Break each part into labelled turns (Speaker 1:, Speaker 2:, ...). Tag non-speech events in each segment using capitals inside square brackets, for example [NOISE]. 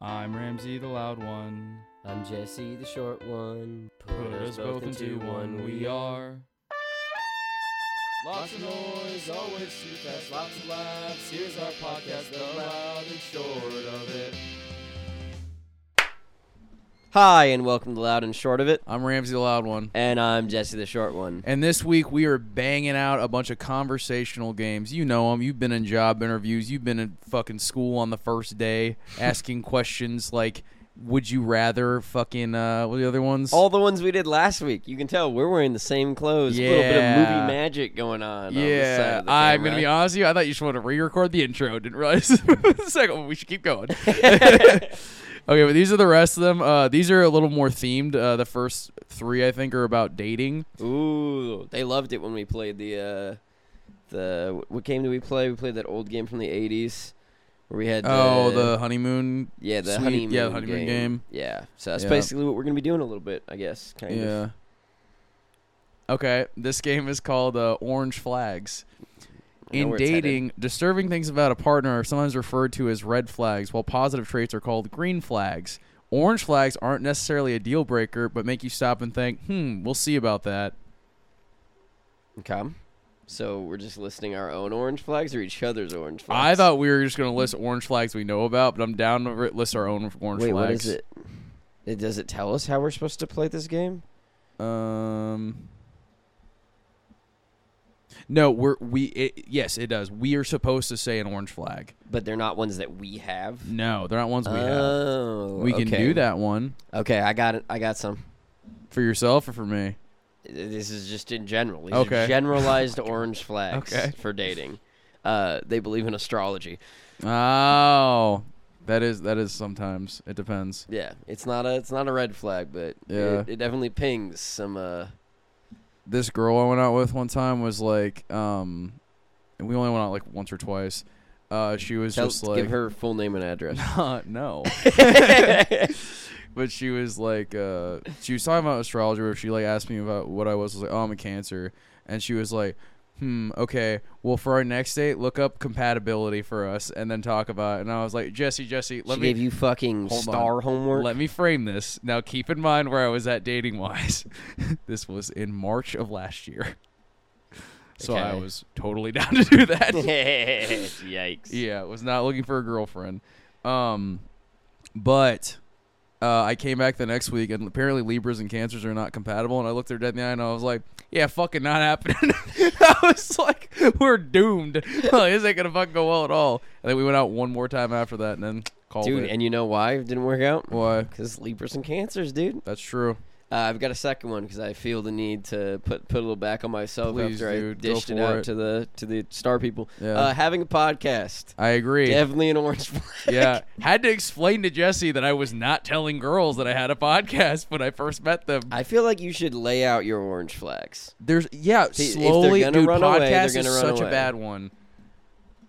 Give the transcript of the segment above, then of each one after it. Speaker 1: I'm Ramsey the loud one.
Speaker 2: I'm Jesse, the short one.
Speaker 1: Put us both into one, we are. Lots of noise, always too fast, lots of laughs. Here's our podcast, the loud and short of it.
Speaker 2: Hi, and welcome to Loud and Short of It.
Speaker 1: I'm Ramsey the loud one.
Speaker 2: And I'm Jesse, the short one.
Speaker 1: And this week we are banging out a bunch of conversational games. You know them. You've been in job interviews. You've been in fucking school on the first day, asking [LAUGHS] questions like, "Would you rather?" Fucking uh, what are the other ones?
Speaker 2: All the ones we did last week. You can tell we're wearing the same clothes. A little bit of
Speaker 1: Yeah.
Speaker 2: movie magic going on. on this side
Speaker 1: yeah,
Speaker 2: of the
Speaker 1: I'm gonna
Speaker 2: camera.
Speaker 1: be honest with you. I thought you just wanted to re-record the intro. Didn't realize [LAUGHS] the second one. We should keep
Speaker 2: [LAUGHS]
Speaker 1: going. [LAUGHS] Okay, but these are the rest of them. Uh, these are a little more themed. Uh, the first three, I think, are about dating.
Speaker 2: Ooh, they loved it when we played the uh, the what game did we play? We played that old game from the '80s where we had the,
Speaker 1: oh, the honeymoon.
Speaker 2: yeah the
Speaker 1: sweet-
Speaker 2: honeymoon
Speaker 1: yeah, the honeymoon game.
Speaker 2: yeah. So that's
Speaker 1: Yeah.
Speaker 2: basically what we're gonna be doing a little bit, I guess. Kind of.
Speaker 1: Yeah. Okay, this game is called uh, Orange Flags.
Speaker 2: I know
Speaker 1: In
Speaker 2: where it's headed.
Speaker 1: dating, disturbing things about a partner are sometimes referred to as red flags, while positive traits are called green flags. Orange flags aren't necessarily a deal breaker, but make you stop and think, hmm, we'll see about that.
Speaker 2: Okay. So we're just listing our own orange flags or each other's orange
Speaker 1: I
Speaker 2: flags.
Speaker 1: thought we were just going to list orange flags we know about, but I'm down to ri- list our own orange
Speaker 2: Wait, what
Speaker 1: flags.
Speaker 2: is it? it? Does it tell us how we're supposed to play this game?
Speaker 1: Um. No, we're we it, yes, it does. We are supposed to say an orange flag.
Speaker 2: But they're not ones that we have.
Speaker 1: No, they're not ones we have.
Speaker 2: oh,
Speaker 1: We can
Speaker 2: okay.
Speaker 1: do that one
Speaker 2: Okay, I got it. I got some.
Speaker 1: for yourself or for me.
Speaker 2: This is just in general. These
Speaker 1: Okay. [LAUGHS]
Speaker 2: are generalized orange flags
Speaker 1: Okay.
Speaker 2: for dating. Uh, they believe in astrology.
Speaker 1: Oh, that is that is sometimes it depends.
Speaker 2: Yeah, it's not a it's not a red flag, but
Speaker 1: Yeah.
Speaker 2: it, it definitely pings some. Uh,
Speaker 1: This girl I went out with one time was like, um, and we only went out like once or twice. Uh, she was
Speaker 2: tell,
Speaker 1: just like,
Speaker 2: give her full name
Speaker 1: [LAUGHS]
Speaker 2: and address.
Speaker 1: Uh,
Speaker 2: [LAUGHS]
Speaker 1: no. but she was like, uh, she was talking about astrology. Where she like asked me about what I was. I was like, oh, I'm a Cancer, and she was like, hmm, okay. Well, for our next date, look up compatibility for us, and then talk about. it. And I was like, Jesse, Jesse, let
Speaker 2: she
Speaker 1: me
Speaker 2: gave you fucking
Speaker 1: Hold on.
Speaker 2: star homework.
Speaker 1: let me frame this. Now, keep in mind where I was at dating wise. [LAUGHS] this was in March of last year, [LAUGHS] so I
Speaker 2: Okay.
Speaker 1: was totally [LAUGHS] down to do that.
Speaker 2: [LAUGHS] [LAUGHS] Yikes.
Speaker 1: Yeah, was not looking for a girlfriend. Um, but uh, I came back the next week, and apparently Libras and Cancers are not compatible. And I looked her dead in the eye, and I was like, "Yeah, fucking not happening." [LAUGHS] I was like, "We're doomed. [LAUGHS] Like, this ain't gonna fucking go well at all." And then we went out one more time after that, and then called
Speaker 2: Dude,
Speaker 1: it.
Speaker 2: and you know why it didn't work out?
Speaker 1: Why?
Speaker 2: Because Libras and Cancers, dude.
Speaker 1: That's true.
Speaker 2: Uh, I've got a second one because I feel the need to put put a little back on myself
Speaker 1: Please,
Speaker 2: after
Speaker 1: dude,
Speaker 2: I
Speaker 1: go
Speaker 2: dished it
Speaker 1: for
Speaker 2: out
Speaker 1: it.
Speaker 2: to the to the star people.
Speaker 1: Yeah.
Speaker 2: Uh, having a podcast,
Speaker 1: I agree.
Speaker 2: definitely an orange [LAUGHS] flag.
Speaker 1: yeah, had to explain to Jesse that I was not telling girls that I had a podcast when I first met them.
Speaker 2: I feel like you should lay out your orange flags.
Speaker 1: There's yeah,
Speaker 2: See, if they're
Speaker 1: slowly,
Speaker 2: gonna
Speaker 1: dude.
Speaker 2: run away, they're
Speaker 1: podcast
Speaker 2: gonna
Speaker 1: is
Speaker 2: run
Speaker 1: such a
Speaker 2: away.
Speaker 1: bad one.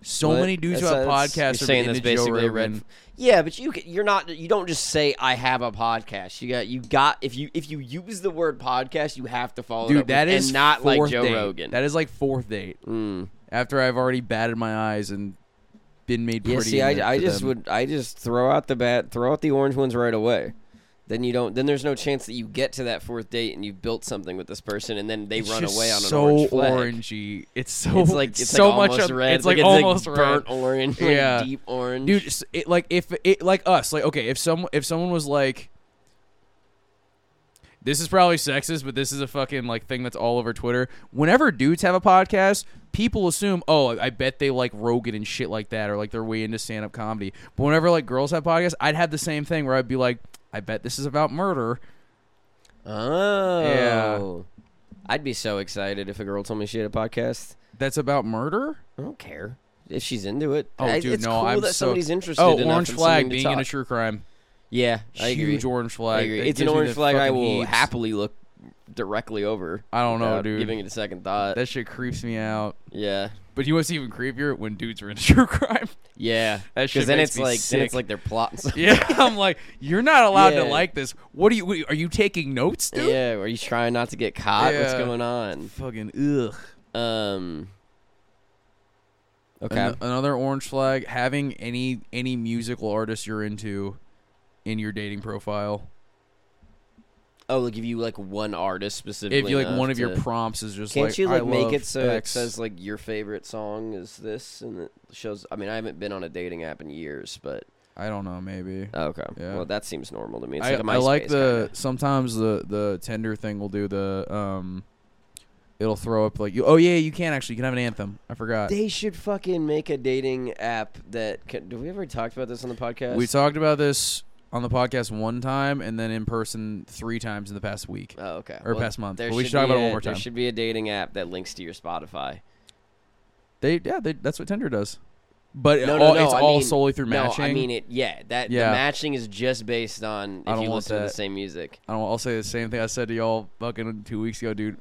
Speaker 1: So
Speaker 2: What?
Speaker 1: many dudes who
Speaker 2: That's-
Speaker 1: have
Speaker 2: that's-
Speaker 1: podcasts
Speaker 2: you're
Speaker 1: are
Speaker 2: saying
Speaker 1: into Joe
Speaker 2: that's basically a red.
Speaker 1: Rogan.
Speaker 2: Yeah, but you c- you're not you don't just say I have a podcast. You got you got if you if you use the word podcast, you have to follow. it up
Speaker 1: Dude,
Speaker 2: with-
Speaker 1: that is
Speaker 2: and not like
Speaker 1: fourth
Speaker 2: Joe
Speaker 1: date.
Speaker 2: Rogan.
Speaker 1: That is like fourth date
Speaker 2: Mm.
Speaker 1: after I've already batted my eyes and been made
Speaker 2: Yeah,
Speaker 1: pretty.
Speaker 2: see,
Speaker 1: in it
Speaker 2: I, I
Speaker 1: to
Speaker 2: just
Speaker 1: them.
Speaker 2: would I just throw out the bat, throw out the orange ones right away. Then you don't. Then there's no chance that you get to that fourth date and you've built something with this person, and then they
Speaker 1: It's
Speaker 2: run
Speaker 1: just
Speaker 2: away on an
Speaker 1: so
Speaker 2: orange flag.
Speaker 1: orangey. It's so [LAUGHS]
Speaker 2: It's like it's
Speaker 1: so
Speaker 2: like
Speaker 1: much.
Speaker 2: almost
Speaker 1: of-
Speaker 2: red.
Speaker 1: It's like, almost red.
Speaker 2: burnt orange, like
Speaker 1: Yeah.
Speaker 2: deep orange.
Speaker 1: dude s- it, like if it like us like okay if some if someone was like this is probably sexist but this is a fucking like thing that's all over twitter whenever dudes have a podcast people assume oh i bet they like rogan and shit like that or like they're way into stand-up comedy but whenever like girls have podcasts i'd have the same thing where i'd be like i bet this is about murder
Speaker 2: oh,
Speaker 1: Yeah.
Speaker 2: I'd be so excited if a girl told me she had a podcast.
Speaker 1: that's about murder
Speaker 2: I don't care if she's into it.
Speaker 1: oh
Speaker 2: I-
Speaker 1: dude
Speaker 2: it's
Speaker 1: no
Speaker 2: cool
Speaker 1: i'm
Speaker 2: that
Speaker 1: so
Speaker 2: somebody's interested.
Speaker 1: oh
Speaker 2: enough
Speaker 1: orange
Speaker 2: in
Speaker 1: flag
Speaker 2: something to
Speaker 1: being in a
Speaker 2: talk.
Speaker 1: true crime
Speaker 2: yeah, I agree.
Speaker 1: huge orange
Speaker 2: I
Speaker 1: flag
Speaker 2: agree.
Speaker 1: That
Speaker 2: It's an
Speaker 1: gives me
Speaker 2: orange
Speaker 1: the
Speaker 2: flag. I
Speaker 1: fucking
Speaker 2: will
Speaker 1: heaves.
Speaker 2: happily look directly over.
Speaker 1: I don't know,
Speaker 2: without
Speaker 1: dude.
Speaker 2: Giving it a second thought.
Speaker 1: that shit creeps me out
Speaker 2: yeah,
Speaker 1: But he was even creepier when dudes were into [LAUGHS] true crime.
Speaker 2: yeah.
Speaker 1: That shit
Speaker 2: then
Speaker 1: makes
Speaker 2: it's
Speaker 1: me
Speaker 2: like then
Speaker 1: sick.
Speaker 2: it's like they're plotting. Something.
Speaker 1: Yeah, I'm like, you're not allowed
Speaker 2: Yeah.
Speaker 1: to like this. What are you? What, are you taking notes, [LAUGHS] dude?
Speaker 2: Yeah, are you trying not to get caught? What's
Speaker 1: Yeah.
Speaker 2: going on?
Speaker 1: Fucking ugh.
Speaker 2: Um. Okay.
Speaker 1: An- another orange flag. Having any any musical artist you're into in your dating profile.
Speaker 2: Oh, like if you like one artist specifically.
Speaker 1: If you like
Speaker 2: enough
Speaker 1: one of your
Speaker 2: to-
Speaker 1: prompts is just
Speaker 2: Can't
Speaker 1: like
Speaker 2: you
Speaker 1: I
Speaker 2: like make
Speaker 1: love
Speaker 2: it so
Speaker 1: X.
Speaker 2: it says like your favorite song is this and it shows I mean I haven't been on a dating app in years, but
Speaker 1: I don't know, maybe.
Speaker 2: oh, okay.
Speaker 1: Yeah.
Speaker 2: Well that seems normal to me. It's
Speaker 1: I,
Speaker 2: like a
Speaker 1: I like
Speaker 2: MySpace
Speaker 1: the
Speaker 2: kinda.
Speaker 1: sometimes the the Tinder thing will do the um, it'll throw up like you. Oh yeah, you can actually you can have an anthem. I forgot.
Speaker 2: They should fucking make a dating app that can, do we ever talked about this on the podcast?
Speaker 1: We talked about this on the podcast one time and then in person three times in the past week
Speaker 2: Oh, okay.
Speaker 1: or
Speaker 2: Well,
Speaker 1: past month.
Speaker 2: there
Speaker 1: But we should
Speaker 2: be
Speaker 1: talk about it
Speaker 2: a-
Speaker 1: one more
Speaker 2: There
Speaker 1: time.
Speaker 2: should be a dating app that links to your Spotify.
Speaker 1: They yeah, they, that's what Tinder does. But
Speaker 2: No,
Speaker 1: it
Speaker 2: no,
Speaker 1: all,
Speaker 2: no,
Speaker 1: it's
Speaker 2: I
Speaker 1: all
Speaker 2: mean-
Speaker 1: solely through matching.
Speaker 2: No, I mean it. Yeah, that
Speaker 1: Yeah.
Speaker 2: the matching is just based on
Speaker 1: I
Speaker 2: if
Speaker 1: don't
Speaker 2: you
Speaker 1: want
Speaker 2: listen to the
Speaker 1: that.
Speaker 2: same music.
Speaker 1: I don't, I'll say the same thing I said to y'all fucking two weeks ago, dude.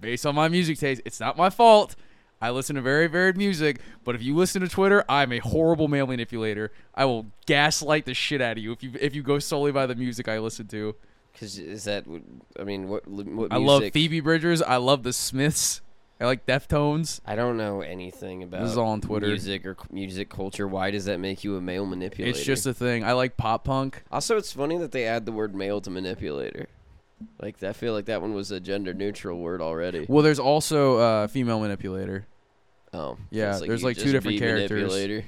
Speaker 1: Based on my music taste, it's not my fault. I listen to very varied music, but if you listen to Twitter, I'm a horrible male manipulator. I will gaslight the shit out of you if you if you go solely by the music I listen to.
Speaker 2: Because is that? what- I mean, what? what music?
Speaker 1: I love Phoebe Bridgers. I love the Smiths. I like Deftones.
Speaker 2: I don't know anything about
Speaker 1: all on Twitter.
Speaker 2: music or c- music culture. Why does that make you a male manipulator?
Speaker 1: It's just a thing. I like pop punk.
Speaker 2: also it's funny that they add the word male to manipulator. Like I feel like that one was a gender neutral word already.
Speaker 1: Well, there's also uh, female manipulator.
Speaker 2: Oh
Speaker 1: Yeah,
Speaker 2: it's
Speaker 1: there's
Speaker 2: you
Speaker 1: like two
Speaker 2: just
Speaker 1: different
Speaker 2: be
Speaker 1: characters.
Speaker 2: Manipulator.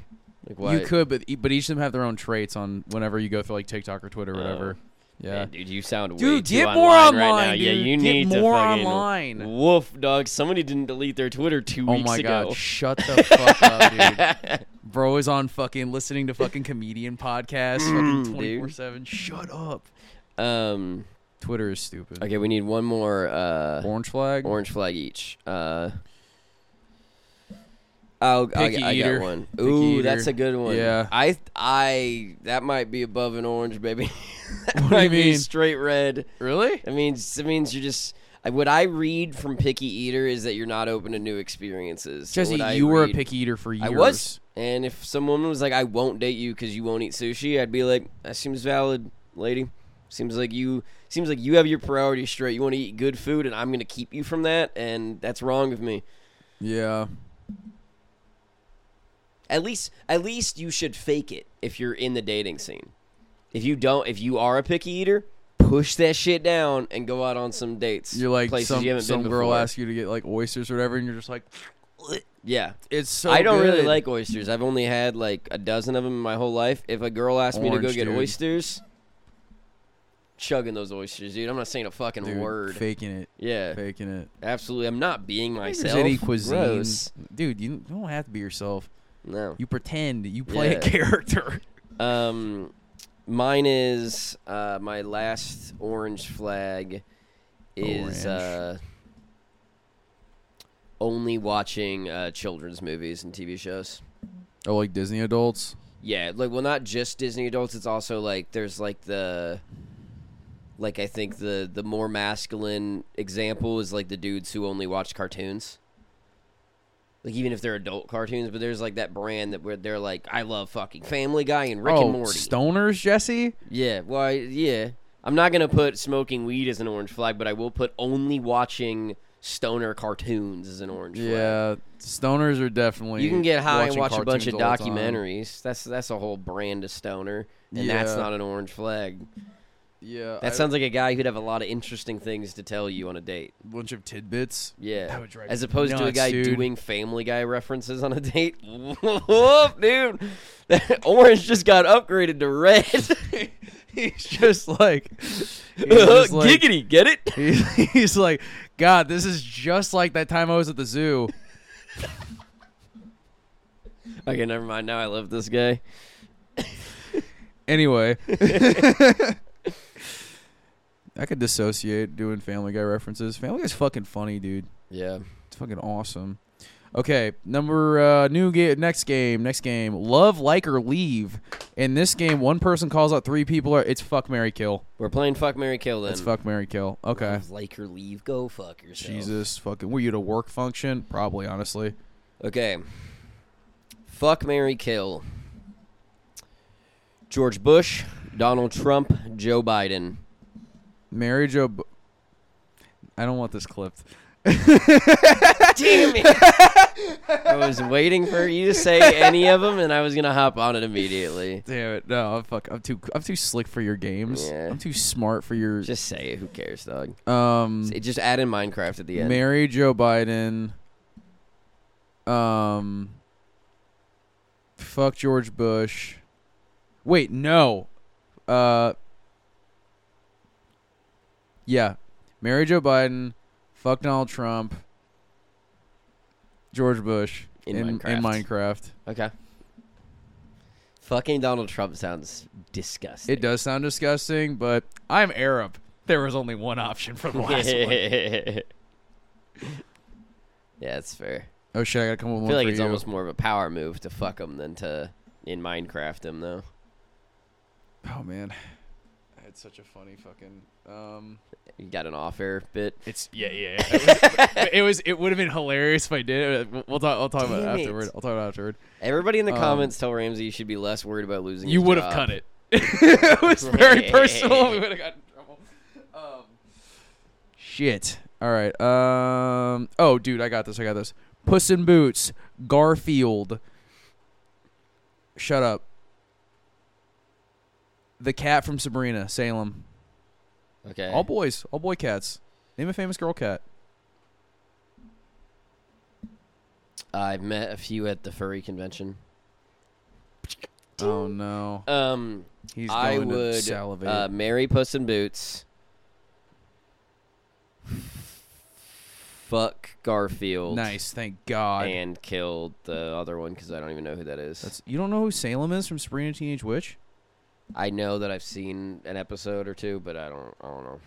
Speaker 2: Like why?
Speaker 1: You could, but e- but each of them have their own traits on whenever you go through like TikTok or Twitter or
Speaker 2: Oh.
Speaker 1: whatever. Yeah.
Speaker 2: Man, dude, you sound way
Speaker 1: Dude,
Speaker 2: too
Speaker 1: get
Speaker 2: online
Speaker 1: more
Speaker 2: right now.
Speaker 1: online,
Speaker 2: Yeah,
Speaker 1: dude.
Speaker 2: you
Speaker 1: Get
Speaker 2: need to
Speaker 1: more
Speaker 2: fucking-
Speaker 1: online.
Speaker 2: Woof, dog. Somebody didn't delete their Twitter two
Speaker 1: Oh
Speaker 2: weeks
Speaker 1: my
Speaker 2: ago.
Speaker 1: god, shut the fuck up,
Speaker 2: [LAUGHS]
Speaker 1: dude. Bro is on fucking listening to fucking comedian podcasts
Speaker 2: Mm,
Speaker 1: fucking
Speaker 2: dude.
Speaker 1: 24 7. Shut up.
Speaker 2: Um.
Speaker 1: Twitter is stupid.
Speaker 2: Okay, we need one more. Uh,
Speaker 1: Orange flag?
Speaker 2: Orange flag each. Uh, I'll, I,
Speaker 1: Picky
Speaker 2: I
Speaker 1: eater.
Speaker 2: got one.
Speaker 1: Picky
Speaker 2: Ooh,
Speaker 1: eater.
Speaker 2: that's a good one.
Speaker 1: Yeah.
Speaker 2: I I that might be above an orange, baby. [LAUGHS]
Speaker 1: What
Speaker 2: That
Speaker 1: do you
Speaker 2: might be
Speaker 1: mean?
Speaker 2: straight red.
Speaker 1: Really?
Speaker 2: That means it means you're just. I, what I read from picky eater is that you're not open to new experiences. And
Speaker 1: Jesse,
Speaker 2: what I
Speaker 1: you were a
Speaker 2: read-
Speaker 1: picky eater for years.
Speaker 2: I was. And if some woman was like, "I won't date you because you won't eat sushi," I'd be like, "That seems valid, lady. Seems like you seems like you have your priorities straight. You want to eat good food, and I'm gonna keep you from that, and that's wrong of me.
Speaker 1: Yeah.
Speaker 2: At least, at least you should fake it if you're in the dating scene. If you don't, if you are a picky eater, push that shit down and go out on some dates.
Speaker 1: You're like,
Speaker 2: places
Speaker 1: some,
Speaker 2: you haven't
Speaker 1: some
Speaker 2: been
Speaker 1: girl
Speaker 2: before.
Speaker 1: asks you to get like oysters or whatever, and you're just like,
Speaker 2: yeah.
Speaker 1: it's so
Speaker 2: I don't really
Speaker 1: good.
Speaker 2: like oysters. I've only had like a dozen of them in my whole life. If a girl asked me to go
Speaker 1: Orange,
Speaker 2: get
Speaker 1: dude.
Speaker 2: oysters, chugging those oysters, dude. I'm not saying a fucking
Speaker 1: Dude,
Speaker 2: word.
Speaker 1: Faking it. [LAUGHS]
Speaker 2: yeah,
Speaker 1: Faking it.
Speaker 2: absolutely. I'm not being
Speaker 1: There's
Speaker 2: myself.
Speaker 1: any cuisine.
Speaker 2: Gross.
Speaker 1: Dude, you don't have to be yourself.
Speaker 2: No.
Speaker 1: You pretend. You play a
Speaker 2: Yeah.
Speaker 1: character.
Speaker 2: Um, mine is uh, my last orange flag
Speaker 1: Orange.
Speaker 2: is uh, only watching uh, children's movies and TV shows.
Speaker 1: [LAUGHS] Oh, like Disney adults?
Speaker 2: Yeah, like well, not just Disney adults. It's also like there's like the, like I think the the more masculine example is like the dudes who only watch cartoons. Like even if they're adult cartoons, but there's like that brand that where they're like, I love fucking Family Guy and Rick
Speaker 1: oh,
Speaker 2: and Morty.
Speaker 1: stoners, Jesse?
Speaker 2: yeah, well, I, yeah. I'm not gonna put smoking weed as an orange flag, but I will put only watching stoner cartoons as an orange flag.
Speaker 1: Yeah, stoners are definitely.
Speaker 2: You can get high and
Speaker 1: watching
Speaker 2: watch a bunch of
Speaker 1: cartoons all the time.
Speaker 2: documentaries. That's that's a whole brand of stoner, and that's
Speaker 1: Yeah.
Speaker 2: not an orange flag.
Speaker 1: Yeah,
Speaker 2: That
Speaker 1: I-
Speaker 2: sounds like a guy who'd have a lot of interesting things to tell you on a date.
Speaker 1: bunch of
Speaker 2: [LAUGHS]
Speaker 1: tidbits.
Speaker 2: Yeah,
Speaker 1: That would drive
Speaker 2: as
Speaker 1: me
Speaker 2: opposed to a
Speaker 1: nuts,
Speaker 2: guy
Speaker 1: dude.
Speaker 2: doing Family Guy references on a date. Whoop, dude! [LAUGHS] orange just got upgraded
Speaker 1: [LAUGHS]
Speaker 2: to red. [LAUGHS]
Speaker 1: He's just like, [LAUGHS] he's just like-
Speaker 2: Giggity, get it?
Speaker 1: he's, he's like, [LAUGHS] God, this is just like that time I was at the zoo.
Speaker 2: Okay, never mind. Now I love this guy. [LAUGHS]
Speaker 1: Anyway, [LAUGHS] I could dissociate doing Family Guy references. Family Guy's fucking funny, dude.
Speaker 2: Yeah.
Speaker 1: It's fucking awesome. Okay, number uh, new game. Next game. Next game. Love, like, or leave. In this game, one person calls out three people. Or it's fuck, Mary, kill.
Speaker 2: We're playing Fuck Mary Kill then.
Speaker 1: It's fuck, Mary, kill. Okay.
Speaker 2: Like or leave, go fuck yourself.
Speaker 1: Jesus, fucking. Were you at a work function? Probably, honestly.
Speaker 2: Okay. Fuck Mary Kill. George Bush, Donald Trump, Joe Biden.
Speaker 1: Mary Jo. B- I don't want this clipped.
Speaker 2: Damn it! [LAUGHS] I was waiting for you to say any of them, and I was gonna hop on it immediately.
Speaker 1: Damn it! No, fuck. I'm too. I'm too slick for your games.
Speaker 2: Yeah.
Speaker 1: I'm too smart for your.
Speaker 2: Just say it. Who cares, dog?
Speaker 1: um,
Speaker 2: It just add in Minecraft at the end.
Speaker 1: marry Joe Biden. Um, fuck George Bush. Wait, no. Uh, yeah, marry Joe Biden. Fuck Donald Trump. George Bush
Speaker 2: In
Speaker 1: in
Speaker 2: Minecraft.
Speaker 1: Minecraft.
Speaker 2: okay. Fucking Donald Trump sounds disgusting.
Speaker 1: It does sound disgusting, but I'm Arab. There was only one option for the
Speaker 2: [LAUGHS]
Speaker 1: last one.
Speaker 2: yeah, that's fair.
Speaker 1: Oh shit! I gotta come up with
Speaker 2: I
Speaker 1: one
Speaker 2: feel like
Speaker 1: for
Speaker 2: it's
Speaker 1: you.
Speaker 2: almost more of a power move to fuck him than to in Minecraft him though.
Speaker 1: Oh man, I had such a funny fucking. Um,
Speaker 2: You got an off air bit.
Speaker 1: It's yeah, yeah. yeah. It was. it was- it would have been hilarious if I did. We'll- We'll talk. I'll talk about
Speaker 2: Damn
Speaker 1: it
Speaker 2: it.
Speaker 1: afterward. I'll talk about it afterward.
Speaker 2: Everybody in the
Speaker 1: Um,
Speaker 2: comments tell Ramsey you should be less worried about losing.
Speaker 1: You
Speaker 2: his
Speaker 1: would have cut
Speaker 2: job.
Speaker 1: it. [LAUGHS] it was very personal. We would have gotten in trouble. Um, shit. All right. Um. Oh, dude, I got this. I got this. Puss in Boots. Garfield. Shut up. The cat from Sabrina, Salem.
Speaker 2: Okay.
Speaker 1: All boys. All boy cats. Name a famous girl cat.
Speaker 2: I've met a few at the furry convention.
Speaker 1: Oh no.
Speaker 2: Um,
Speaker 1: He's going
Speaker 2: I
Speaker 1: to
Speaker 2: would
Speaker 1: salivate.
Speaker 2: uh, marry Puss in Boots. Fuck Garfield.
Speaker 1: nice, thank God.
Speaker 2: And kill the other one because I don't even know who that is.
Speaker 1: That's you don't know who Salem is from Sabrina Teenage Witch?
Speaker 2: I know that I've seen an episode or two, but I don't. I don't know.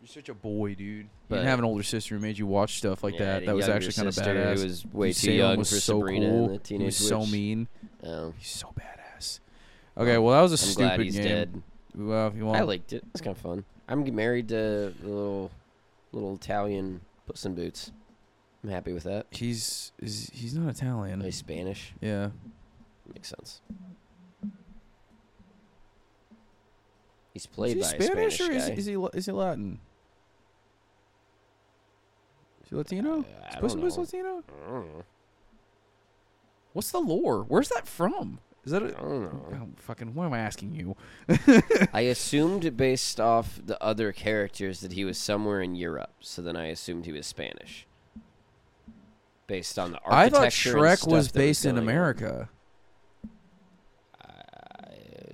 Speaker 1: You're such a boy, dude. you
Speaker 2: But-
Speaker 1: didn't have an older sister who made you watch stuff like
Speaker 2: Yeah, I had
Speaker 1: that.
Speaker 2: a
Speaker 1: That was
Speaker 2: younger
Speaker 1: actually kind of
Speaker 2: sister
Speaker 1: badass.
Speaker 2: Who was way
Speaker 1: Dude,
Speaker 2: too
Speaker 1: Salem
Speaker 2: young
Speaker 1: was
Speaker 2: for
Speaker 1: so
Speaker 2: Sabrina
Speaker 1: cool.
Speaker 2: and the
Speaker 1: he
Speaker 2: teenage
Speaker 1: was so
Speaker 2: witch.
Speaker 1: mean.
Speaker 2: Oh,
Speaker 1: He's so badass. Okay, well that was a
Speaker 2: I'm
Speaker 1: stupid
Speaker 2: glad he's
Speaker 1: game.
Speaker 2: dead.
Speaker 1: Well, you want
Speaker 2: I liked it. It's kind of fun. I'm g- married to the little, little Italian Puss in Boots. I'm happy with that.
Speaker 1: he's is he's not Italian.
Speaker 2: Nice Spanish
Speaker 1: Yeah.
Speaker 2: makes sense. He's played
Speaker 1: is
Speaker 2: by
Speaker 1: he Spanish,
Speaker 2: a
Speaker 1: or
Speaker 2: Spanish
Speaker 1: is,
Speaker 2: guy.
Speaker 1: is he La- is he Latin? Is he Latino?
Speaker 2: Uh,
Speaker 1: Is
Speaker 2: I
Speaker 1: Puss
Speaker 2: don't
Speaker 1: in Boots
Speaker 2: know.
Speaker 1: Latino?
Speaker 2: I don't know.
Speaker 1: What's the lore? Where's that from? Is that a,
Speaker 2: I don't know.
Speaker 1: Oh, fucking, what am I asking you?
Speaker 2: I assumed based off the other characters that he was somewhere in Europe, so then I assumed he was Spanish. Based on the
Speaker 1: I
Speaker 2: architecture.
Speaker 1: thought
Speaker 2: and
Speaker 1: Shrek
Speaker 2: stuff
Speaker 1: was
Speaker 2: that was
Speaker 1: based in
Speaker 2: going on.
Speaker 1: America.
Speaker 2: Uh,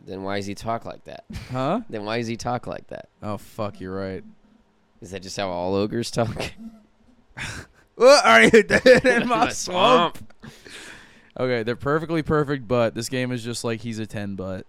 Speaker 2: Then why does he talk like that?
Speaker 1: Huh?
Speaker 2: Then why does he talk like that?
Speaker 1: Oh, fuck, you're right.
Speaker 2: [LAUGHS] Is that just how all ogres talk? [LAUGHS]
Speaker 1: What are you doing in
Speaker 2: my swamp?
Speaker 1: Okay, they're perfectly perfect, but this game is just like he's a 10 butt.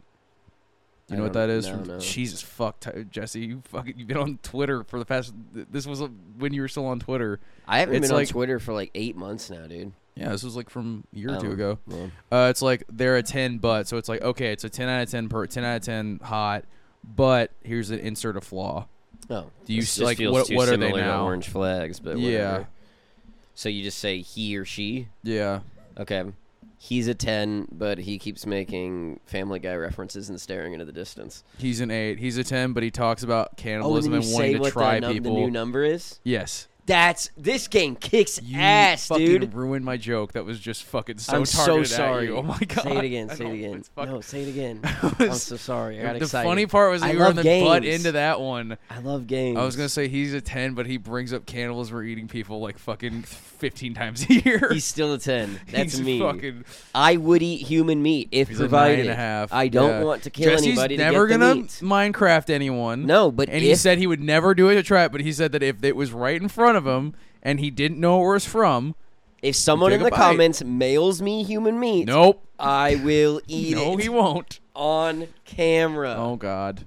Speaker 1: You
Speaker 2: I
Speaker 1: know what
Speaker 2: don't
Speaker 1: that is?
Speaker 2: know,
Speaker 1: From,
Speaker 2: no.
Speaker 1: Jesus fuck, Ty- Jesse, you fucking, you've been on Twitter for the past. th- This was uh, when you were still on Twitter.
Speaker 2: I haven't
Speaker 1: It's
Speaker 2: been
Speaker 1: like-
Speaker 2: on Twitter for like eight months now, dude.
Speaker 1: Yeah, this was like from a year or two
Speaker 2: Um,
Speaker 1: ago.
Speaker 2: well,
Speaker 1: Uh, it's like they're a ten, but so it's like okay, it's a ten out of ten per ten out of ten hot, but here's an insert a flaw.
Speaker 2: oh,
Speaker 1: Do you
Speaker 2: this
Speaker 1: s-
Speaker 2: just
Speaker 1: like,
Speaker 2: feels
Speaker 1: what-
Speaker 2: too
Speaker 1: what are they
Speaker 2: similar to
Speaker 1: now?
Speaker 2: Orange flags, but
Speaker 1: Yeah.
Speaker 2: whatever. So you just say he or she.
Speaker 1: Yeah,
Speaker 2: Okay, he's a ten, but he keeps making Family Guy references and staring into the distance.
Speaker 1: he's an eight. He's a ten, but he talks about
Speaker 2: oh, and
Speaker 1: cannibalism
Speaker 2: then
Speaker 1: and
Speaker 2: you
Speaker 1: wanting
Speaker 2: say
Speaker 1: to
Speaker 2: what
Speaker 1: try
Speaker 2: the, num- the
Speaker 1: people.
Speaker 2: new number is.
Speaker 1: yes,
Speaker 2: That's this game kicks
Speaker 1: you
Speaker 2: ass,
Speaker 1: fucking
Speaker 2: dude.
Speaker 1: ruined my joke. That was just fucking so
Speaker 2: I'm so
Speaker 1: targeted at
Speaker 2: sorry.
Speaker 1: you. Oh my god!
Speaker 2: Say it again.
Speaker 1: [LAUGHS] I
Speaker 2: Say it
Speaker 1: know,
Speaker 2: again.
Speaker 1: it's fucking-
Speaker 2: No, say
Speaker 1: [LAUGHS]
Speaker 2: it again. I'm
Speaker 1: was-
Speaker 2: so sorry. I got
Speaker 1: the
Speaker 2: excited.
Speaker 1: funny part was
Speaker 2: I
Speaker 1: you were on
Speaker 2: love
Speaker 1: the butt
Speaker 2: games.
Speaker 1: into that one.
Speaker 2: I love games.
Speaker 1: I was gonna say he's a ten, but he brings up cannibals were eating people like fucking fifteen times a year.
Speaker 2: He's still
Speaker 1: [LAUGHS]
Speaker 2: a ten. That's
Speaker 1: He's
Speaker 2: me.
Speaker 1: Fucking,
Speaker 2: I would eat human meat if
Speaker 1: He's
Speaker 2: provided.
Speaker 1: a nine and a half.
Speaker 2: I don't
Speaker 1: Yeah.
Speaker 2: want to kill
Speaker 1: Jesse's
Speaker 2: anybody.
Speaker 1: never
Speaker 2: to get the
Speaker 1: gonna
Speaker 2: meat.
Speaker 1: Minecraft anyone.
Speaker 2: No, but
Speaker 1: and
Speaker 2: if,
Speaker 1: he said he would never do it to try it. But he said that if it was right in front of him and he didn't know where it's from,
Speaker 2: if someone in
Speaker 1: take a
Speaker 2: the
Speaker 1: bite.
Speaker 2: comments mails me human meat,
Speaker 1: nope,
Speaker 2: I
Speaker 1: [LAUGHS]
Speaker 2: will eat
Speaker 1: no,
Speaker 2: it
Speaker 1: he won't.
Speaker 2: on camera.
Speaker 1: Oh God,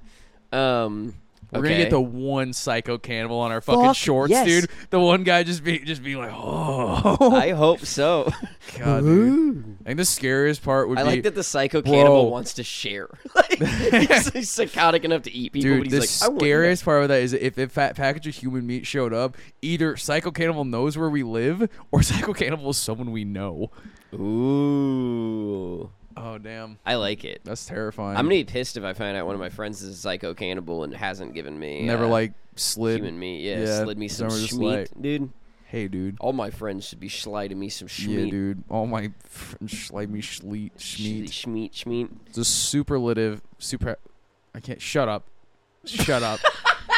Speaker 2: Um,
Speaker 1: we're gonna get
Speaker 2: okay.
Speaker 1: the one psycho cannibal on our fucking
Speaker 2: Fuck,
Speaker 1: shorts,
Speaker 2: yes.
Speaker 1: dude. The one guy just be just be like, oh
Speaker 2: I hope so.
Speaker 1: [LAUGHS]
Speaker 2: [LAUGHS]
Speaker 1: God, dude. I think the scariest part would
Speaker 2: I
Speaker 1: be
Speaker 2: like that the psycho cannibal
Speaker 1: Bro.
Speaker 2: wants to share. [LAUGHS]
Speaker 1: [LAUGHS]
Speaker 2: like, he's, he's psychotic enough to eat people,
Speaker 1: Dude,
Speaker 2: but he's
Speaker 1: the
Speaker 2: like, I want
Speaker 1: scariest part of that is if a fat package of human meat showed up, either Psycho Cannibal knows [LAUGHS] where we live, or Psycho Cannibal is someone we know.
Speaker 2: that. Ooh.
Speaker 1: Oh damn,
Speaker 2: I like it.
Speaker 1: that's terrifying.
Speaker 2: I'm gonna be pissed if I find out one of my friends is a psycho cannibal and hasn't given me
Speaker 1: never
Speaker 2: uh,
Speaker 1: like slid.
Speaker 2: human meat. Yeah,
Speaker 1: yeah,
Speaker 2: slid me some Oh,
Speaker 1: some are just
Speaker 2: schmeat, dude.
Speaker 1: Hey dude.
Speaker 2: All my friends should be sliding me some
Speaker 1: Yeah,
Speaker 2: schmeat.
Speaker 1: dude. All my friends slide me schleet schmeat.
Speaker 2: schmeat, schmeat.
Speaker 1: The superlative super. I can't. Shut up. Shut
Speaker 2: [LAUGHS]
Speaker 1: up.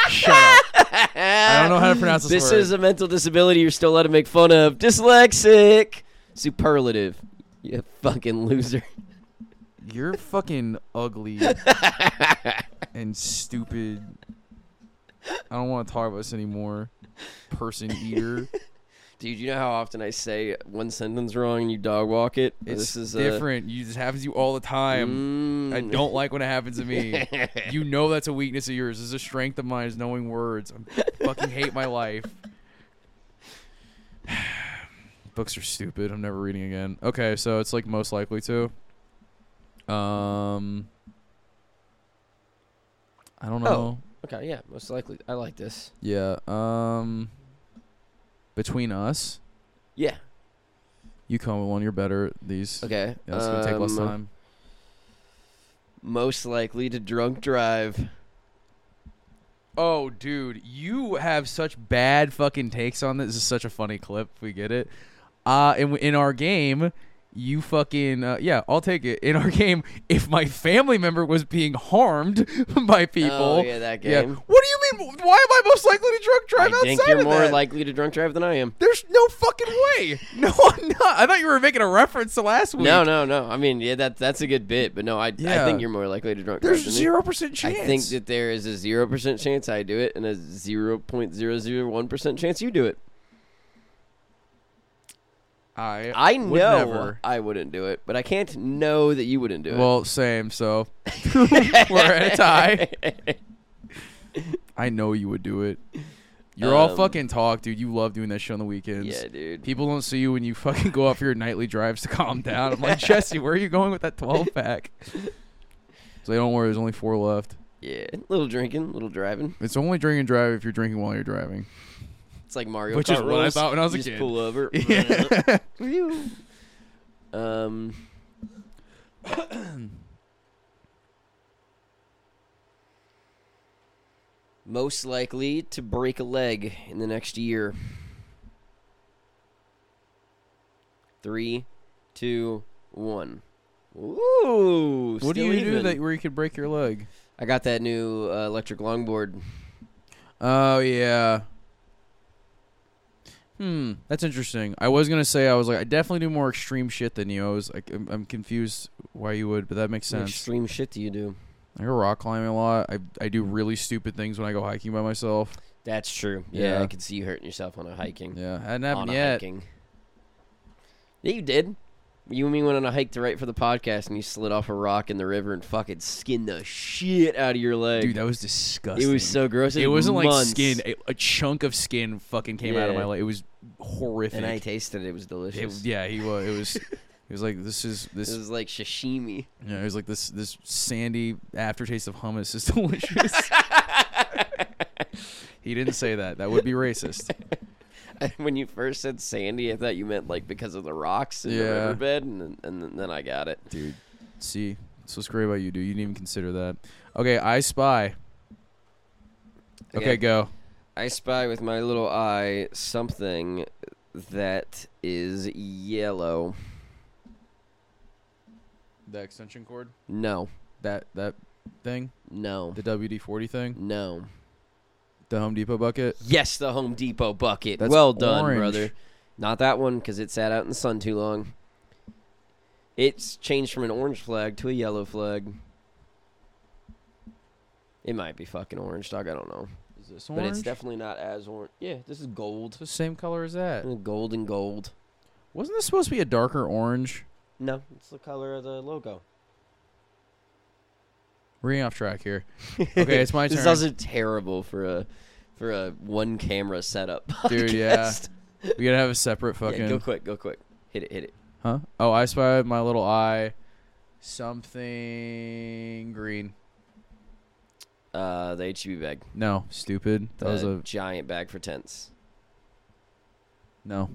Speaker 1: shut up. I don't know how to pronounce this,
Speaker 2: This
Speaker 1: word.
Speaker 2: is a mental disability you're still allowed to make fun of. Dyslexic. Superlative. You fucking loser.
Speaker 1: You're fucking ugly
Speaker 2: [LAUGHS]
Speaker 1: and stupid. I don't want to talk about this anymore. Person eater.
Speaker 2: Dude, you know how often I say one sentence wrong and you dog walk it?
Speaker 1: It's
Speaker 2: [LAUGHS] this is uh,
Speaker 1: different. You just happens to you all the time.
Speaker 2: mm,
Speaker 1: I don't like when it happens to
Speaker 2: [LAUGHS]
Speaker 1: me. you know that's a weakness of yours. This is a strength of mine is knowing words. I fucking hate my life. [SIGHS] Books are stupid. I'm never reading again. Okay, so it's like most likely to. Um I don't know.
Speaker 2: Okay, yeah, most likely. I like this.
Speaker 1: Yeah. Um Between Us.
Speaker 2: Yeah.
Speaker 1: You come with one, you're better at these.
Speaker 2: Okay.
Speaker 1: Yeah, it's gonna take less
Speaker 2: um,
Speaker 1: time.
Speaker 2: Most likely to drunk drive.
Speaker 1: Oh, dude, you have such bad fucking takes on this. This is such a funny clip. We get it. Uh, in, in our game, you fucking uh, yeah, I'll take it. In our [LAUGHS] game, if my family member was being harmed [LAUGHS] by people,
Speaker 2: Oh, yeah, that game.
Speaker 1: What do you mean? Why am I most likely to drunk drive
Speaker 2: I
Speaker 1: outside
Speaker 2: think you're
Speaker 1: of
Speaker 2: more
Speaker 1: that?
Speaker 2: likely to drunk drive than I am.
Speaker 1: There's no fucking way. [LAUGHS] No, I'm not. I thought you were making a reference to last week.
Speaker 2: No, no, no. I mean, yeah, that that's a good bit, but no, I I
Speaker 1: Yeah.
Speaker 2: think you're more likely to drunk
Speaker 1: There's
Speaker 2: drive. than me.
Speaker 1: zero percent chance.
Speaker 2: I think that there is a zero percent chance I do it, and a zero point zero zero one percent chance you do it.
Speaker 1: I
Speaker 2: I
Speaker 1: would
Speaker 2: know
Speaker 1: never.
Speaker 2: I wouldn't do it, but I can't know that you wouldn't do [LAUGHS]
Speaker 1: Well, same. So [LAUGHS] we're at a tie.
Speaker 2: it.
Speaker 1: I know you would do it. You're all
Speaker 2: Um,
Speaker 1: fucking talk, dude. You love doing that shit on the weekends.
Speaker 2: yeah, dude.
Speaker 1: People don't see you when you fucking go out for your nightly drives to
Speaker 2: [LAUGHS]
Speaker 1: calm down. I'm like, Jesse, where are you going with that 12 pack? So don't worry, there's only four left.
Speaker 2: Yeah, little drinking, little driving.
Speaker 1: It's only drink and drive if you're drinking while you're driving.
Speaker 2: It's like Mario
Speaker 1: Which
Speaker 2: Kart
Speaker 1: is what I
Speaker 2: rules.
Speaker 1: thought when I was
Speaker 2: you
Speaker 1: a
Speaker 2: just
Speaker 1: kid.
Speaker 2: pull
Speaker 1: [LAUGHS]
Speaker 2: over. um, most likely to break a leg in the next year. Three, two, one. Ooh,
Speaker 1: what do
Speaker 2: still
Speaker 1: you do
Speaker 2: even.
Speaker 1: that where you could break your leg?
Speaker 2: I got that new uh, electric longboard.
Speaker 1: Oh yeah. Hmm, that's interesting. I was gonna say I was like I definitely do more extreme shit than you. I was like I'm, I'm confused why you would, but that makes
Speaker 2: What
Speaker 1: sense.
Speaker 2: extreme shit do you do?
Speaker 1: I go rock climbing a lot. I I do really stupid things when I go hiking by myself.
Speaker 2: That's true. Yeah,
Speaker 1: Yeah.
Speaker 2: I could see you hurting yourself on a hiking.
Speaker 1: Yeah, hadn't
Speaker 2: on
Speaker 1: happened
Speaker 2: a
Speaker 1: yet.
Speaker 2: hiking. Yeah, you did. You and me went on a hike to write for the podcast, and you slid off a rock in the river and fucking skinned the shit out of your leg.
Speaker 1: Dude, that was disgusting.
Speaker 2: it was so gross.
Speaker 1: It
Speaker 2: took
Speaker 1: wasn't like
Speaker 2: months.
Speaker 1: skin. A, a chunk of skin fucking came out of
Speaker 2: Yeah.
Speaker 1: my leg. It was horrific.
Speaker 2: and I tasted it. It was
Speaker 1: It-
Speaker 2: delicious.
Speaker 1: yeah, he was. It was. He was like, "This is
Speaker 2: It [LAUGHS]
Speaker 1: this."
Speaker 2: was like sashimi. [LAUGHS]
Speaker 1: You know, it was like this. This sandy aftertaste of hummus is [LAUGHS]
Speaker 2: [LAUGHS]
Speaker 1: delicious. he didn't say that. That would be racist.
Speaker 2: when you first said sandy, I thought you meant like because of the rocks in the
Speaker 1: Yeah.
Speaker 2: riverbed, and then, and then- then I got it.
Speaker 1: dude. See, that's what's great about you, dude. You didn't even consider that. Okay, I spy. Okay,
Speaker 2: Okay.
Speaker 1: go.
Speaker 2: I spy with my little eye something that is yellow.
Speaker 1: The extension cord.
Speaker 2: No,
Speaker 1: That that thing,
Speaker 2: no,
Speaker 1: the WD forty thing,
Speaker 2: no.
Speaker 1: the Home Depot bucket.
Speaker 2: Yes, the Home Depot bucket.
Speaker 1: That's
Speaker 2: well done,
Speaker 1: orange.
Speaker 2: brother. Not that one because it sat out in the sun too long. It's changed from an orange flag to a yellow flag. It might be fucking orange, dog. I don't know,
Speaker 1: Is this
Speaker 2: but it's definitely not as orange. Yeah, this is gold,
Speaker 1: It's the same color as that.
Speaker 2: gold and gold.
Speaker 1: Wasn't this supposed to be a darker orange?
Speaker 2: No, it's the color of the [LAUGHS] logo.
Speaker 1: We're getting off track here. Okay, it's my
Speaker 2: This
Speaker 1: turn.
Speaker 2: is also terrible for a for a one
Speaker 1: [LAUGHS]
Speaker 2: camera setup.
Speaker 1: Dude, yeah.
Speaker 2: [LAUGHS] podcast.
Speaker 1: We gotta have a [LAUGHS] separate
Speaker 2: Yeah,
Speaker 1: fucking.
Speaker 2: Go quick, go quick. Hit it, hit it.
Speaker 1: huh? Oh, I spy with my little eye. Something green.
Speaker 2: Uh, the HB bag.
Speaker 1: No, stupid. That was
Speaker 2: The
Speaker 1: a
Speaker 2: giant bag for tents.
Speaker 1: no.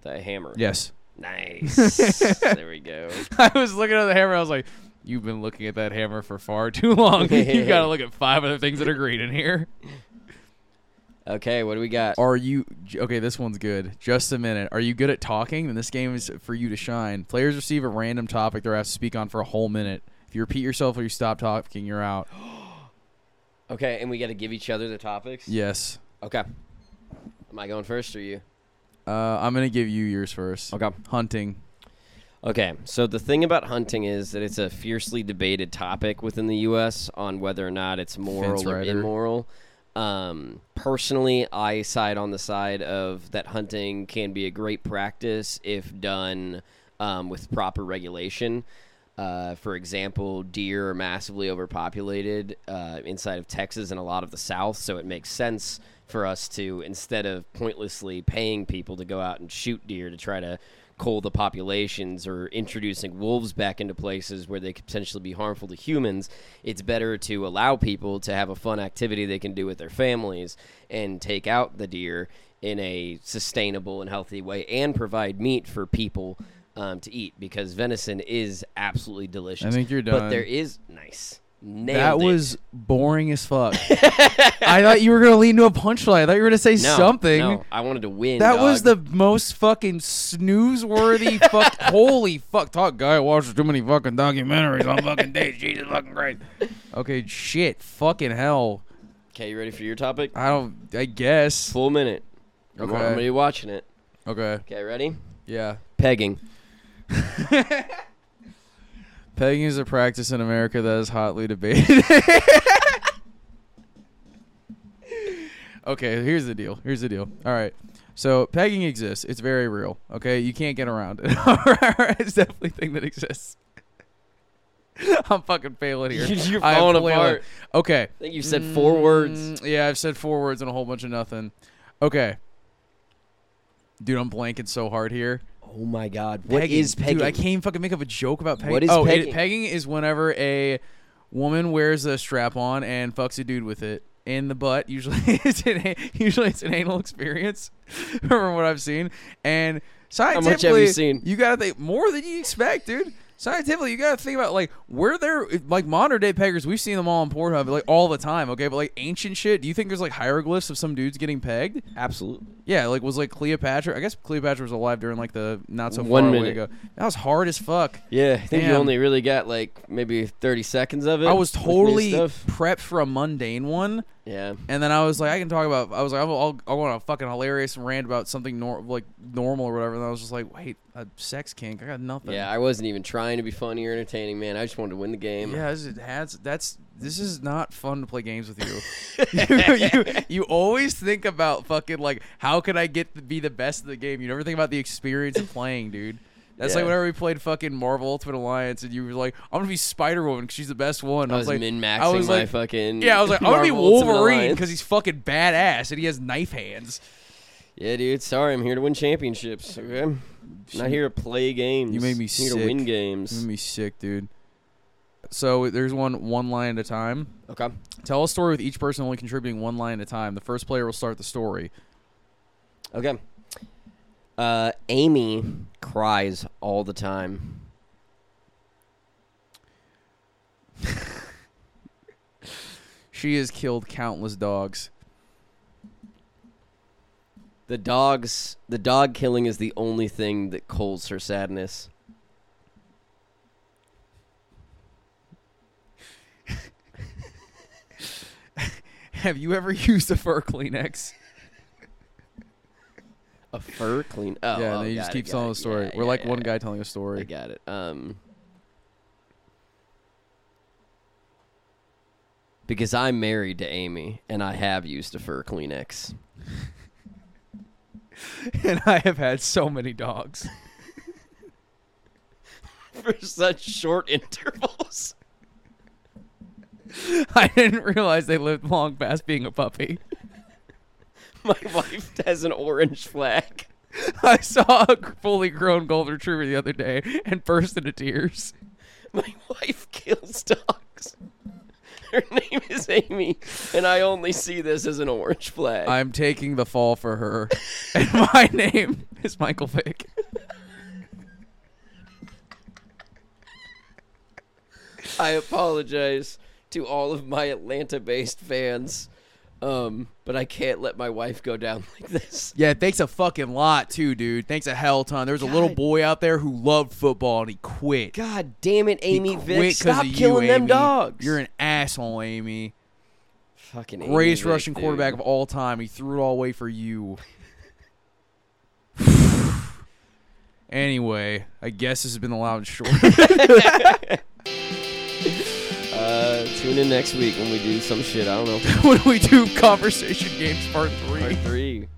Speaker 2: The hammer.
Speaker 1: Yes.
Speaker 2: Nice.
Speaker 1: [LAUGHS]
Speaker 2: there we go.
Speaker 1: I was looking at the hammer. I was like, "You've been looking at that hammer for far [LAUGHS] too long. you got to look at five other things that are green in here."
Speaker 2: Okay, what do we got?
Speaker 1: Are you j- okay? This one's good. Just a minute. Are you good at talking? Then this game is for you to shine. Players receive a random topic they're asked to speak on for a whole minute. If you repeat yourself or you stop talking, you're [GASPS] out.
Speaker 2: Okay, and we got to give each other the topics.
Speaker 1: Yes.
Speaker 2: Okay. Am I going first or you?
Speaker 1: Uh, I'm gonna give you yours first. Hunting.
Speaker 2: Okay, so the thing about hunting is that it's a fiercely debated topic within the U.S. on whether or not it's moral
Speaker 1: Fence
Speaker 2: or
Speaker 1: rider.
Speaker 2: immoral. Um, personally, I side on the side of that hunting can be a great practice if done um, with proper regulation. Uh, for example, deer are massively overpopulated uh, inside of Texas and a lot of the South, so it makes sense for us to, instead of pointlessly paying people to go out and shoot deer to try to cull the populations or introducing wolves back into places where they could potentially be harmful to humans, it's better to allow people to have a fun activity they can do with their families and take out the deer in a sustainable and healthy way and provide meat for people um, to eat because venison is absolutely delicious.
Speaker 1: I think you're
Speaker 2: But
Speaker 1: done.
Speaker 2: there is nice. Nailed
Speaker 1: That
Speaker 2: it.
Speaker 1: was boring as
Speaker 2: [LAUGHS]
Speaker 1: fuck. I thought you were gonna lean to a punchline. I thought you were gonna say
Speaker 2: No,
Speaker 1: something.
Speaker 2: No, I wanted to win.
Speaker 1: That was
Speaker 2: dog.
Speaker 1: the most fucking snooze-worthy fuck. Holy fuck! Talk guy watches too many fucking documentaries on fucking days. Jesus fucking Christ. Okay, shit. Fucking hell.
Speaker 2: Okay, you ready for your topic?
Speaker 1: I don't. I guess.
Speaker 2: Full minute. I'm,
Speaker 1: Okay.
Speaker 2: I'm gonna be watching it.
Speaker 1: Okay.
Speaker 2: Okay, ready?
Speaker 1: Yeah.
Speaker 2: Pegging.
Speaker 1: Pegging is a practice in America that is hotly debated. [LAUGHS] okay, here's the deal. Here's the deal. All right. So pegging exists. It's very real. Okay, you can't get around it. [LAUGHS] All right, it's definitely a thing that exists. [LAUGHS] I'm fucking failing here.
Speaker 2: [LAUGHS] You're
Speaker 1: I am
Speaker 2: falling
Speaker 1: flailing.
Speaker 2: apart.
Speaker 1: Okay.
Speaker 2: I think you said four words.
Speaker 1: Mm, Yeah, I've said four words and a whole bunch of nothing. Okay. Dude, I'm blanking so hard here.
Speaker 2: Oh my god. What is
Speaker 1: Pegging.
Speaker 2: pegging?
Speaker 1: Dude, I can't even fucking make up a joke about pegging.
Speaker 2: What is
Speaker 1: oh, it-
Speaker 2: pegging?
Speaker 1: pegging is whenever a woman wears a strap on and fucks a dude with it in the butt. Usually, [LAUGHS] it's an a- usually it's an anal experience [LAUGHS] from what I've seen. And
Speaker 2: have
Speaker 1: scientifically,
Speaker 2: you seen?
Speaker 1: You gotta think more than you expect, dude. Scientifically, you gotta think about like where they're like modern day peggers. We've seen them all on Pornhub like all the time, okay? But like ancient shit, do you think there's like hieroglyphs of some dudes getting pegged?
Speaker 2: Absolutely.
Speaker 1: Yeah, like was like Cleopatra. I guess Cleopatra was alive during like the not so
Speaker 2: One
Speaker 1: far away
Speaker 2: minute.
Speaker 1: ago. That was hard as fuck.
Speaker 2: Yeah, I think you
Speaker 1: Damn.
Speaker 2: only really got like maybe 30 seconds of it.
Speaker 1: I was
Speaker 2: with new
Speaker 1: totally
Speaker 2: stuff.
Speaker 1: [LAUGHS] prepped for a mundane one,
Speaker 2: Yeah.
Speaker 1: and then I was like, I can talk about. I was like, I'll, I'll, I want a fucking hilarious rant about something nor- like normal or whatever. And I was just like, wait, a sex kink? I got nothing.
Speaker 2: Yeah, I wasn't even trying to be funny or entertaining, man. I just wanted to win the game.
Speaker 1: Yeah, this is- that's that's this is not fun to play games with
Speaker 2: [LAUGHS]
Speaker 1: you. [LAUGHS] you, you. You always think about fucking like how can I get to be the best of the game. You never think about the experience of playing, dude. That's like
Speaker 2: Yeah.
Speaker 1: whenever we played fucking Marvel Ultimate Alliance, and you were like, "I'm gonna be Spider Woman because she's the best one."
Speaker 2: I was,
Speaker 1: like,
Speaker 2: min-maxing
Speaker 1: I was
Speaker 2: my
Speaker 1: like,
Speaker 2: fucking
Speaker 1: yeah, I
Speaker 2: [LAUGHS]
Speaker 1: was like, "I'm gonna be
Speaker 2: Marvel Ultimate
Speaker 1: Wolverine
Speaker 2: Alliance.
Speaker 1: because he's fucking badass and he has knife hands."
Speaker 2: Yeah, dude. Sorry, I'm here to win championships. Okay, I'm not here to play games.
Speaker 1: You made me
Speaker 2: I'm here to win
Speaker 1: sick.
Speaker 2: games.
Speaker 1: me sick, dude. So there's one one line at a time.
Speaker 2: Okay.
Speaker 1: Tell a story with each person only contributing one line at a time. The first player will start the story.
Speaker 2: Okay. Uh, Amy cries all the time.
Speaker 1: She has killed countless dogs. [LAUGHS]
Speaker 2: The dogs, the dog killing is the only thing that culls her sadness.
Speaker 1: Have you ever [LAUGHS] used a fur Kleenex?
Speaker 2: A fur clean.
Speaker 1: [LAUGHS]
Speaker 2: Oh,
Speaker 1: yeah,
Speaker 2: oh,
Speaker 1: and they
Speaker 2: got
Speaker 1: just
Speaker 2: it,
Speaker 1: keep
Speaker 2: got
Speaker 1: telling
Speaker 2: it.
Speaker 1: the story.
Speaker 2: Yeah,
Speaker 1: We're
Speaker 2: yeah,
Speaker 1: like
Speaker 2: yeah,
Speaker 1: one
Speaker 2: yeah.
Speaker 1: guy telling a
Speaker 2: I
Speaker 1: story. [LAUGHS]
Speaker 2: got it. Um, because I'm married to Amy, and I have used a
Speaker 1: [LAUGHS]
Speaker 2: fur Kleenex.
Speaker 1: and I have had so many dogs. [LAUGHS]
Speaker 2: for such short intervals.
Speaker 1: I didn't realize they lived long past being a puppy.
Speaker 2: [LAUGHS]
Speaker 1: [LAUGHS]
Speaker 2: My wife has an orange flag.
Speaker 1: I saw a fully grown golden retriever the other day and burst into tears. [LAUGHS]
Speaker 2: My wife kills dogs. [LAUGHS] Her name is Amy, and I only see this as an orange
Speaker 1: [LAUGHS]
Speaker 2: flag.
Speaker 1: I'm taking the fall for her. and my name is Michael Vick.
Speaker 2: I apologize to all of my Atlanta-based fans, um, but I can't let my wife go down [LAUGHS] like this.
Speaker 1: Yeah, thanks a fucking lot too, dude. Thanks a hell ton. There was a little
Speaker 2: God.
Speaker 1: boy out there who loved football and he quit.
Speaker 2: God damn it,
Speaker 1: He
Speaker 2: Amy
Speaker 1: quit
Speaker 2: Vick!
Speaker 1: 'cause
Speaker 2: Stop
Speaker 1: of you,
Speaker 2: killing them
Speaker 1: Amy.
Speaker 2: dogs.
Speaker 1: You're an asshole, Amy.
Speaker 2: fucking Amy
Speaker 1: Greatest
Speaker 2: Vick,
Speaker 1: Russian
Speaker 2: dude.
Speaker 1: quarterback of all time. He threw it all away for you. [SIGHS] anyway, I guess this has been the loud and short. [LAUGHS]
Speaker 2: Uh, tune in next week when we do some shit. I don't know.
Speaker 1: when we do conversation games part three.
Speaker 2: Part three.